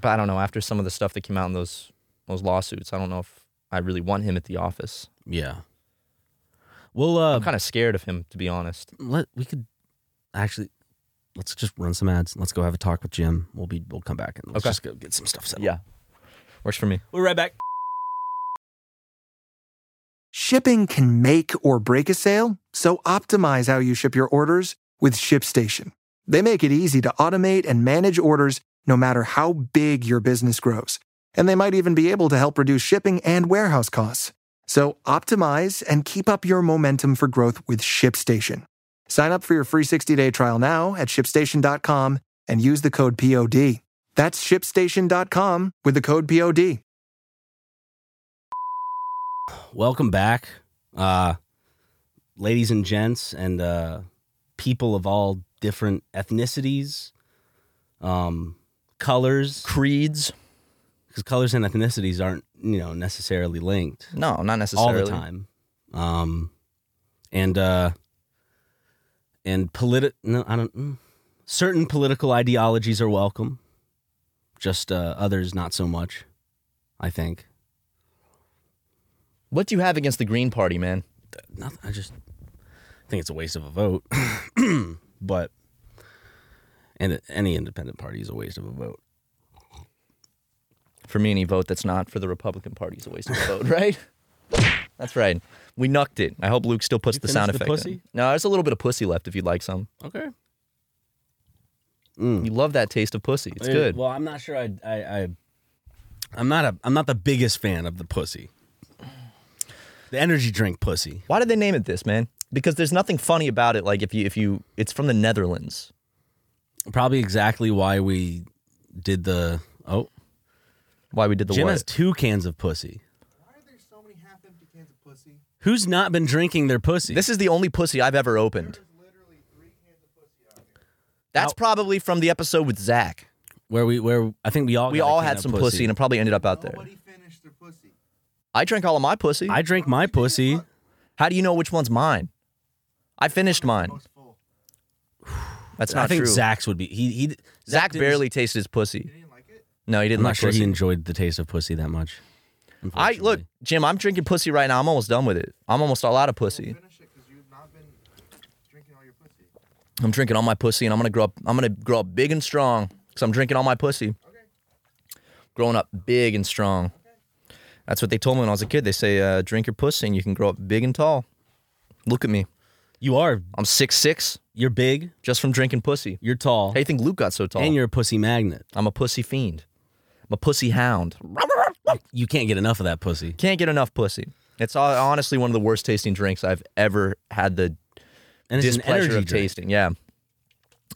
But I don't know. After some of the stuff that came out in those those lawsuits, I don't know if I really want him at the office.
yeah. Well, uh,
I'm kind of scared of him, to be honest.
let we could actually let's just run some ads. Let's go have a talk with Jim. We'll be we'll come back and let's
Okay.
just go get some stuff settled.
works for me.
we're right back.
Shipping can make or break a sale, so optimize how you ship your orders with ShipStation. They make it easy to automate and manage orders no matter how big your business grows. And they might even be able to help reduce shipping and warehouse costs. So optimize and keep up your momentum for growth with ShipStation. Sign up for your free 60-day trial now at shipstation.com and use the code POD. That's shipstation.com with the code POD.
Welcome back, uh, ladies and gents, and uh, people of all different ethnicities, um, colors,
Creeds?
because colors and ethnicities aren't you know necessarily linked.
No, not
all
necessarily.
the time. Um, and uh, and politi- no, I don't. mm. Certain political ideologies are welcome, just uh, others not so much. I think
What do you have against the Green Party, man?
nothing. I just think it's a waste of a vote, <clears throat> but and any independent party is a waste of a vote.
For me, any vote that's not for the Republican Party is a waste of a vote, <laughs> right? That's right. We nucked it. I hope Luke still puts
You
the sound
finished
effect.
the
in.
pussy?
No, there's a little bit of pussy left if you'd like some.
Okay,
You love that taste of pussy. It's good.
Well, I'm not sure. I, I, I I'm not a I'm not the biggest fan of the pussy, the energy drink pussy.
Why did they name it this, man? Because there's nothing funny about it. Like if you if you, it's from the Netherlands.
probably exactly why we did the oh
Why we did the
Jim
what?
has two cans of pussy. Why are there so many half empty cans of pussy? Who's not been drinking their pussy?
This is the only pussy I've ever opened. That's
Now-
probably from the episode with Zach.
where we where I think we all
We
got a
all
can
had
of
some pussy. and it probably ended up out there. I drank all of my pussy.
I drank my pussy.
How do you know which one's mine? I finished mine. <sighs> That's
I
not
think
true.
Zach's would be he he
Zach
didn't-
barely tasted his pussy. No, he didn't
I'm not
like
sure
pussy.
he enjoyed the taste of pussy that much.
I look,
unfortunately.
Jim. I'm drinking pussy right now. I'm almost done with it. I'm almost all out of pussy. I'm drinking all my pussy, and I'm gonna grow up. I'm gonna grow up big and strong, cause I'm drinking all my pussy. Growing up big and strong. That's what they told me when I was a kid. They say, uh, "Drink your pussy, and you can grow up big and tall." Look at me.
you are
I'm six six,
you're big,
just from drinking pussy.
you're tall,
How you think Luke got so tall?
and you're a pussy magnet.
I'm a pussy fiend. I'm a pussy hound.
You can't get enough of that pussy.
Can't get enough pussy. It's all, honestly one of the worst tasting drinks I've ever had the
And it's an
displeasure
energy
of
drink.
tasting. Yeah,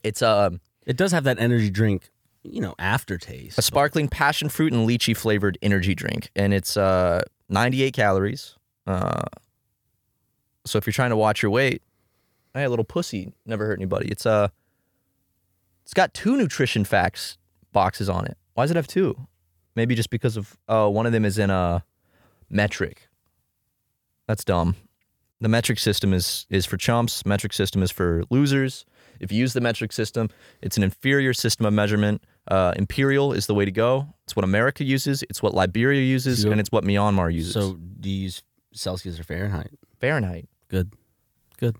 it's uh,
It does have that energy drink, you know, aftertaste.
a sparkling passion fruit and lychee flavored energy drink, and it's uh, 98 calories. Uh, so if you're trying to watch your weight, hey, a little pussy never hurt anybody. It's uh, it's got two nutrition facts boxes on it. Why does it have two? Maybe just because of uh, one of them is in a metric. That's dumb. The metric system is is for chumps. Metric system is for losers. If you use the metric system, it's an inferior system of measurement. Uh, imperial is the way to go. It's what America uses. It's what Liberia uses,
So-
and it's what Myanmar uses.
So do you use Celsius or Fahrenheit?
Fahrenheit.
Good.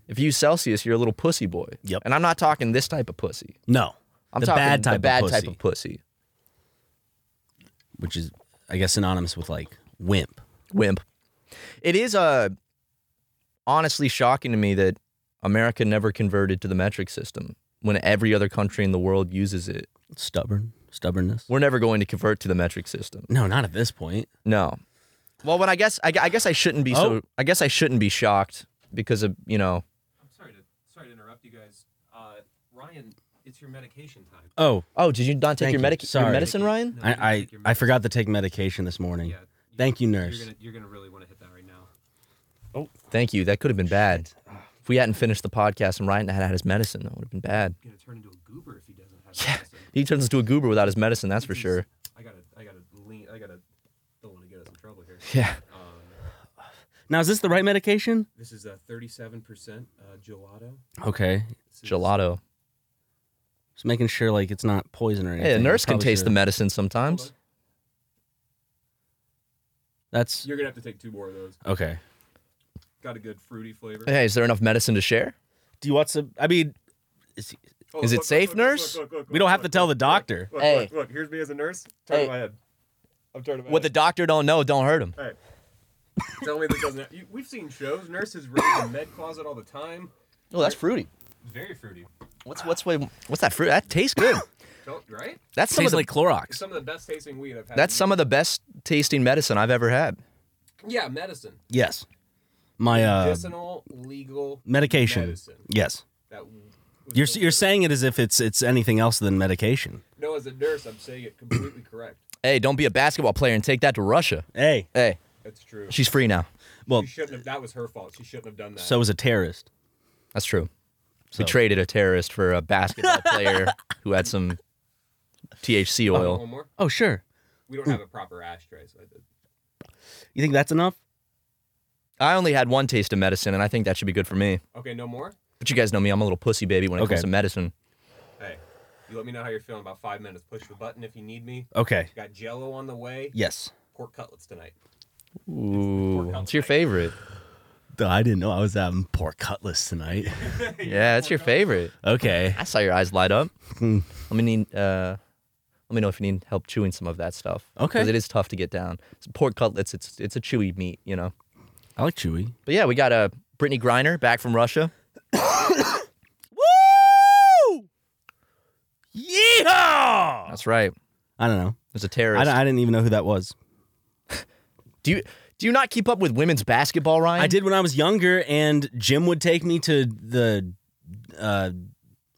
If you use Celsius, you're a little pussy boy.
Yep.
And I'm not talking this type of pussy.
No.
I'm
the
talking
bad type
the bad
of pussy,
type of pussy.
which is I guess synonymous with like wimp.
wimp. It is uh, honestly shocking to me that America never converted to the metric system when every other country in the world uses it.
Stubborn. Stubbornness.
We're never going to convert to the metric system.
No, not at this point.
No. Well, when I guess I, gu- I guess I shouldn't be
Oh.
so. I guess I shouldn't be shocked because of you know.
I'm sorry to sorry to interrupt you guys. Uh, Ryan, it's your medication time.
Oh,
Oh, did you not take
Thank
your
you.
medic your
Sorry.
medicine, Ryan?
I, I I forgot to take medication this morning. Thank you, nurse.
you're gonna really want to hit that right now.
Thank you. That could have been bad. If we hadn't finished the podcast and Ryan had had his medicine, that would have been bad.
gonna turn into a goober if he doesn't have
Yeah, he turns into a goober without his medicine. That's for sure.
I gotta I gotta lean I gotta don't want to get us in trouble here. Uh,
Yeah.
Now is this the right medication?
This is a 37% uh, gelato.
Okay.
Gelato.
Just making sure like it's not poison or anything.
Hey, a nurse can
Probably
taste the
should-
medicine sometimes.
That's
You're gonna have to take two more of those.
okay.
Got a good fruity flavor.
Hey, is there enough medicine to share?
Do you want some? I mean, is,
Oh,
Is it safe, nurse?
we don't have to tell the doctor.
Look,
Hey.
look, look, here's me as a nurse. Turn
Hey.
my head. I'm turning my
What the
head.
doctor don't know, don't hurt him.
Hey. Tell me this doesn't. You, we've seen shows. Nurses raid the med closet all the time.
Oh, that's fruity.
Very fruity.
What's what's what- what's that fruit? That tastes <coughs> good.
Tell- right?
That's some of the,
It's
Clorox.
some of the best tasting weed I've had.
that's some of the best tasting medicine I've ever had.
Yeah, medicine.
Yes. My uh,
Medicinal, legal
medication.
medicine.
Yes.
That w- was
You're
so
s- you're
good.
saying it as if it's it's anything else than medication.
No, as a nurse, I'm saying it completely correct.
Hey, don't be a basketball player and take that to Russia.
Hey.
Hey,
That's true.
she's free now.
Well,
She shouldn't have. That was her fault. She shouldn't have done that.
so is a terrorist.
That's true.
So-
We traded a terrorist for a <laughs> basketball player who had some THC
One
oil.
more.
Oh sure.
We
Hmm.
don't have a proper ashtray. So I did.
You think that's enough?
I only had one taste of medicine, and I think that should be good for me.
Okay, no more.
But you guys know me; I'm a little pussy baby when it
Okay.
comes to medicine.
Hey, you let me know how you're feeling. About five minutes. Push the button if you need me.
Okay.
Got Jello on the way.
Yes.
Pork cutlets tonight.
Ooh, it's your favorite.
I didn't know I was having pork cutlets tonight.
Yeah, it's your favorite.
<laughs> Okay.
I saw your eyes light up.
Hmm.
let me need. Uh, let me know if you need help chewing some of that stuff.
Okay.
Because it is tough to get down. It's pork cutlets. It's it's a chewy meat, you know.
I like chewy.
But yeah, we got a uh, Brittany Griner back from
<coughs>
Russia.
Woo! Yeehaw!
That's right.
I don't know.
There's a
I,
terrorist.
don't- I didn't even know who that was.
do you do you not keep up with women's basketball, Ryan?
I did when I was younger, and Jim would take me to the, uh,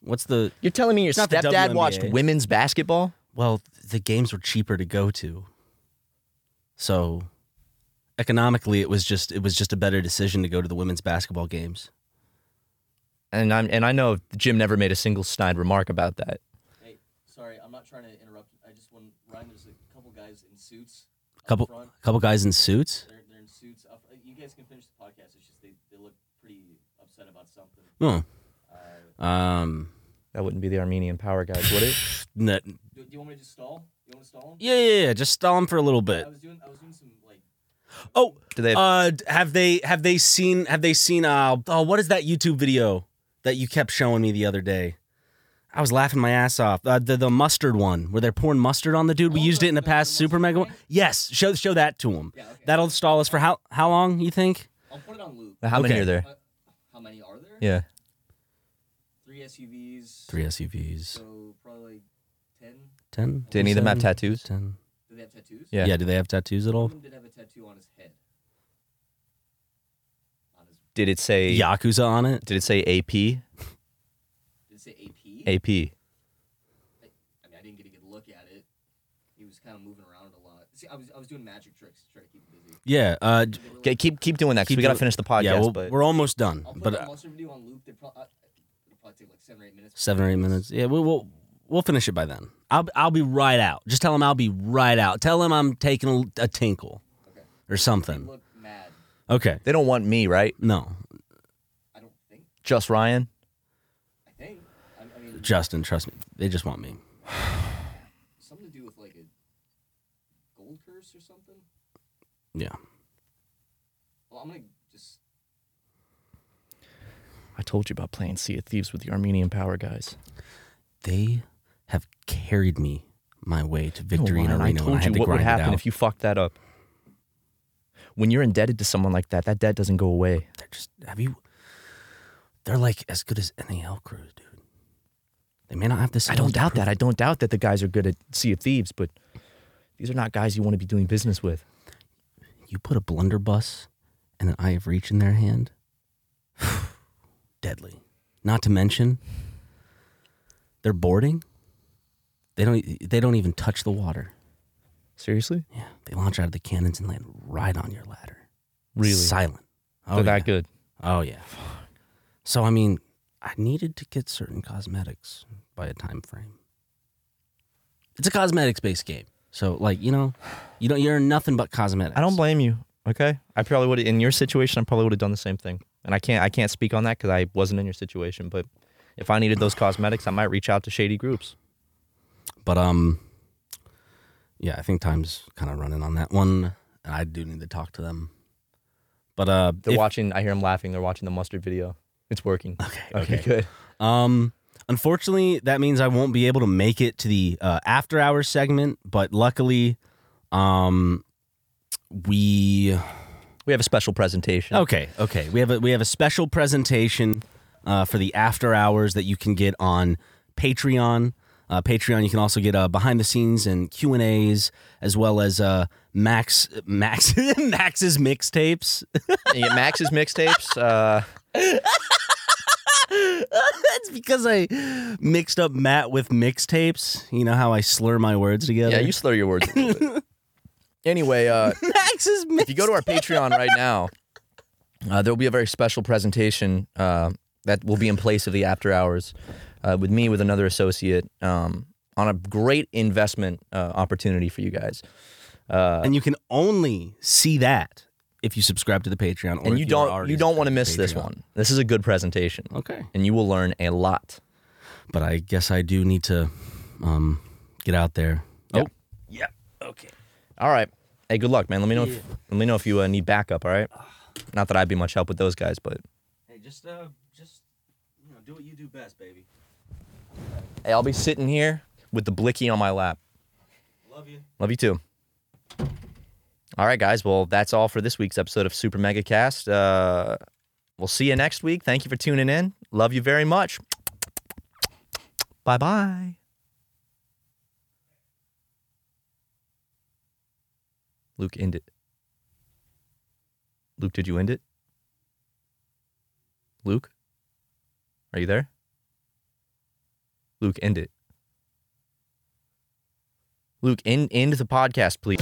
what's the
You're telling me your
Not the
stepdad watched
WNBA.
women's basketball?
well, the games were cheaper to go to, so economically it was just it was just a better decision to go to the women's basketball games.
And I'm and I know Jim never made a single snide remark about that.
Hey, sorry, I'm not trying to interrupt. I just want Ryan. There's a couple guys in suits. up
Couple
front.
couple guys in suits.
They're, they're in suits. Up. uh, You guys can finish the podcast. It's just they, they look pretty upset about something. Uh,
Hmm. Um.
That wouldn't be the Armenian power guys, would it?
n-
Do, do you want me to just stall? You want to stall 'em?
Yeah, yeah, yeah. Just stall him for a little bit.
I was doing. I was doing some like.
Oh,
Do they?
uh, d- have they have they seen have they seen uh oh what is that YouTube video that you kept showing me the other day? I was laughing my ass off. Uh, the the mustard one where they're pouring mustard on the dude.
Oh,
We used it in the past super mega one. Yes, show show that to him. That'll stall us for how how long you think?
I'll put it on loop.
<laughs> How many
okay.
are there?
How many are there?
Yeah.
Three SUVs.
Three SUVs.
So probably like ten.
Ten.
Do any of them have
seven,
tattoos?
Ten.
Do they have tattoos?
Yeah.
Yeah. Do they have tattoos at
One of
all?
them did have a tattoo on his head. On his.
Did it say?
Yakuza on it.
Did it say AP?
Did it say AP? I
AP.
mean, I didn't get a good look at it. He was kind of moving around a lot. See, I was I was doing magic tricks to try to keep him busy.
Yeah. Uh, j-
Okay, keep keep doing that because
Keep
we gotta
do-
finish the podcast.
yeah. Well,
but
we're almost done.
I'll put
But
the
uh,
monster video on loop. They probably it'll probably take like seven or eight minutes.
seven or eight minutes. Yeah, we'll we'll, we'll finish it by then. I'll I'll be right out. Just tell him I'll be right out. Tell him I'm taking a, a tinkle
Okay.
or
He
something.
looked mad.
Okay.
they don't want me, right?
No,
I don't think.
Just Ryan.
I think. I, I mean,
Justin, trust me. They just want me.
<sighs> something to do with like a gold curse or something.
Yeah.
Well, I'm gonna just.
I told you about playing Sea of Thieves with the Armenian power guys.
They have carried me my way to
No,
victory in
Ryan, Oh, I
arena.
told
when I
you
had to
what would
grind it
happen
out.
if you fucked that up. When you're indebted to someone like that, that debt doesn't go away.
They're just have you. They're like as good as NAL crews, dude. They may not have this.
I don't doubt that. I don't doubt that the guys are good at Sea of Thieves, but these are not guys you want to be doing business with.
You put a blunderbuss and an eye of reach in their hand. <sighs> Deadly. Not to mention, they're boarding. They don't. They don't even touch the water.
Seriously?
Yeah, they launch out of the cannons and land right on your ladder.
Really?
Silent.
They're that good.
Oh yeah. So I mean, I needed to get certain cosmetics by a time frame. It's a cosmetics based game. So like, you know, you don't you earn nothing but cosmetics.
I don't blame you. Okay, I probably would. In your situation, I probably would have done the same thing. And I can't. I can't speak on that because I wasn't in your situation. But if I needed those cosmetics, I might reach out to shady groups.
But um yeah, I think time's kind of running on that one and I do need to talk to them. But uh
They're
if-
watching. I hear them laughing. They're watching the mustard video. It's working. Okay. Okay.
okay.
<laughs> Good.
Um, unfortunately, that means I won't be able to make it to the uh, after hours segment. But luckily, um, we
We have a special presentation.
okay, okay. We have a we have a special presentation uh, for the after hours that you can get on Patreon. Uh, Patreon. You can also get uh, behind the scenes and Q and A's, as well as uh, Max Max <laughs> Max's mixtapes. <laughs>
Yeah, Max's mixtapes. Uh,
That's because I mixed up Matt with mixtapes. You know how I slur my words together.
yeah, you slur your words. A little <laughs> bit. anyway, uh,
<laughs> Max's
if you go to our Patreon right now, uh, there will be a very special presentation uh, that will be in place of the after hours uh, with me with another associate um, on a great investment uh, opportunity for you guys. Uh,
and you can only see that if you subscribe to the Patreon. Or
and
if
you
are
don't
already
you don't want to
subscribed
miss this
Patreon.
one. This is a good presentation,
Okay,
and you will learn a lot.
but I guess I do need to um, get out there.
Yeah.
Oh, yep. Okay.
All right. Hey, good luck, man. Let me know. If, let me know if you uh, need backup. All right. Not that I'd be much help with those guys, but
Hey, just uh, just you know, do what you do best, baby.
hey, I'll be sitting here with the blicky on my lap.
Love you.
Love you too. All right, guys. Well, that's all for this week's episode of Super Mega Cast. Uh, we'll see you next week. Thank you for tuning in. Love you very much. Bye bye. Luke, end it. Luke, did you end it? Luke? Are you there? Luke, end it. Luke, end, end the podcast, please.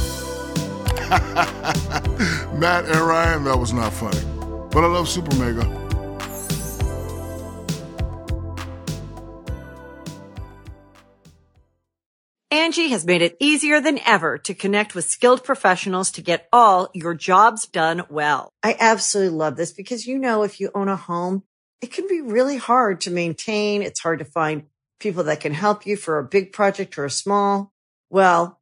Matt and Ryan, that was not funny. But I love Super Mega.
Angie has made it easier than ever to connect with skilled professionals to get all your jobs done well. I absolutely love this because, you know, if you own a home, it can be really hard to maintain. It's hard to find people that can help you for a big project or a small. Well,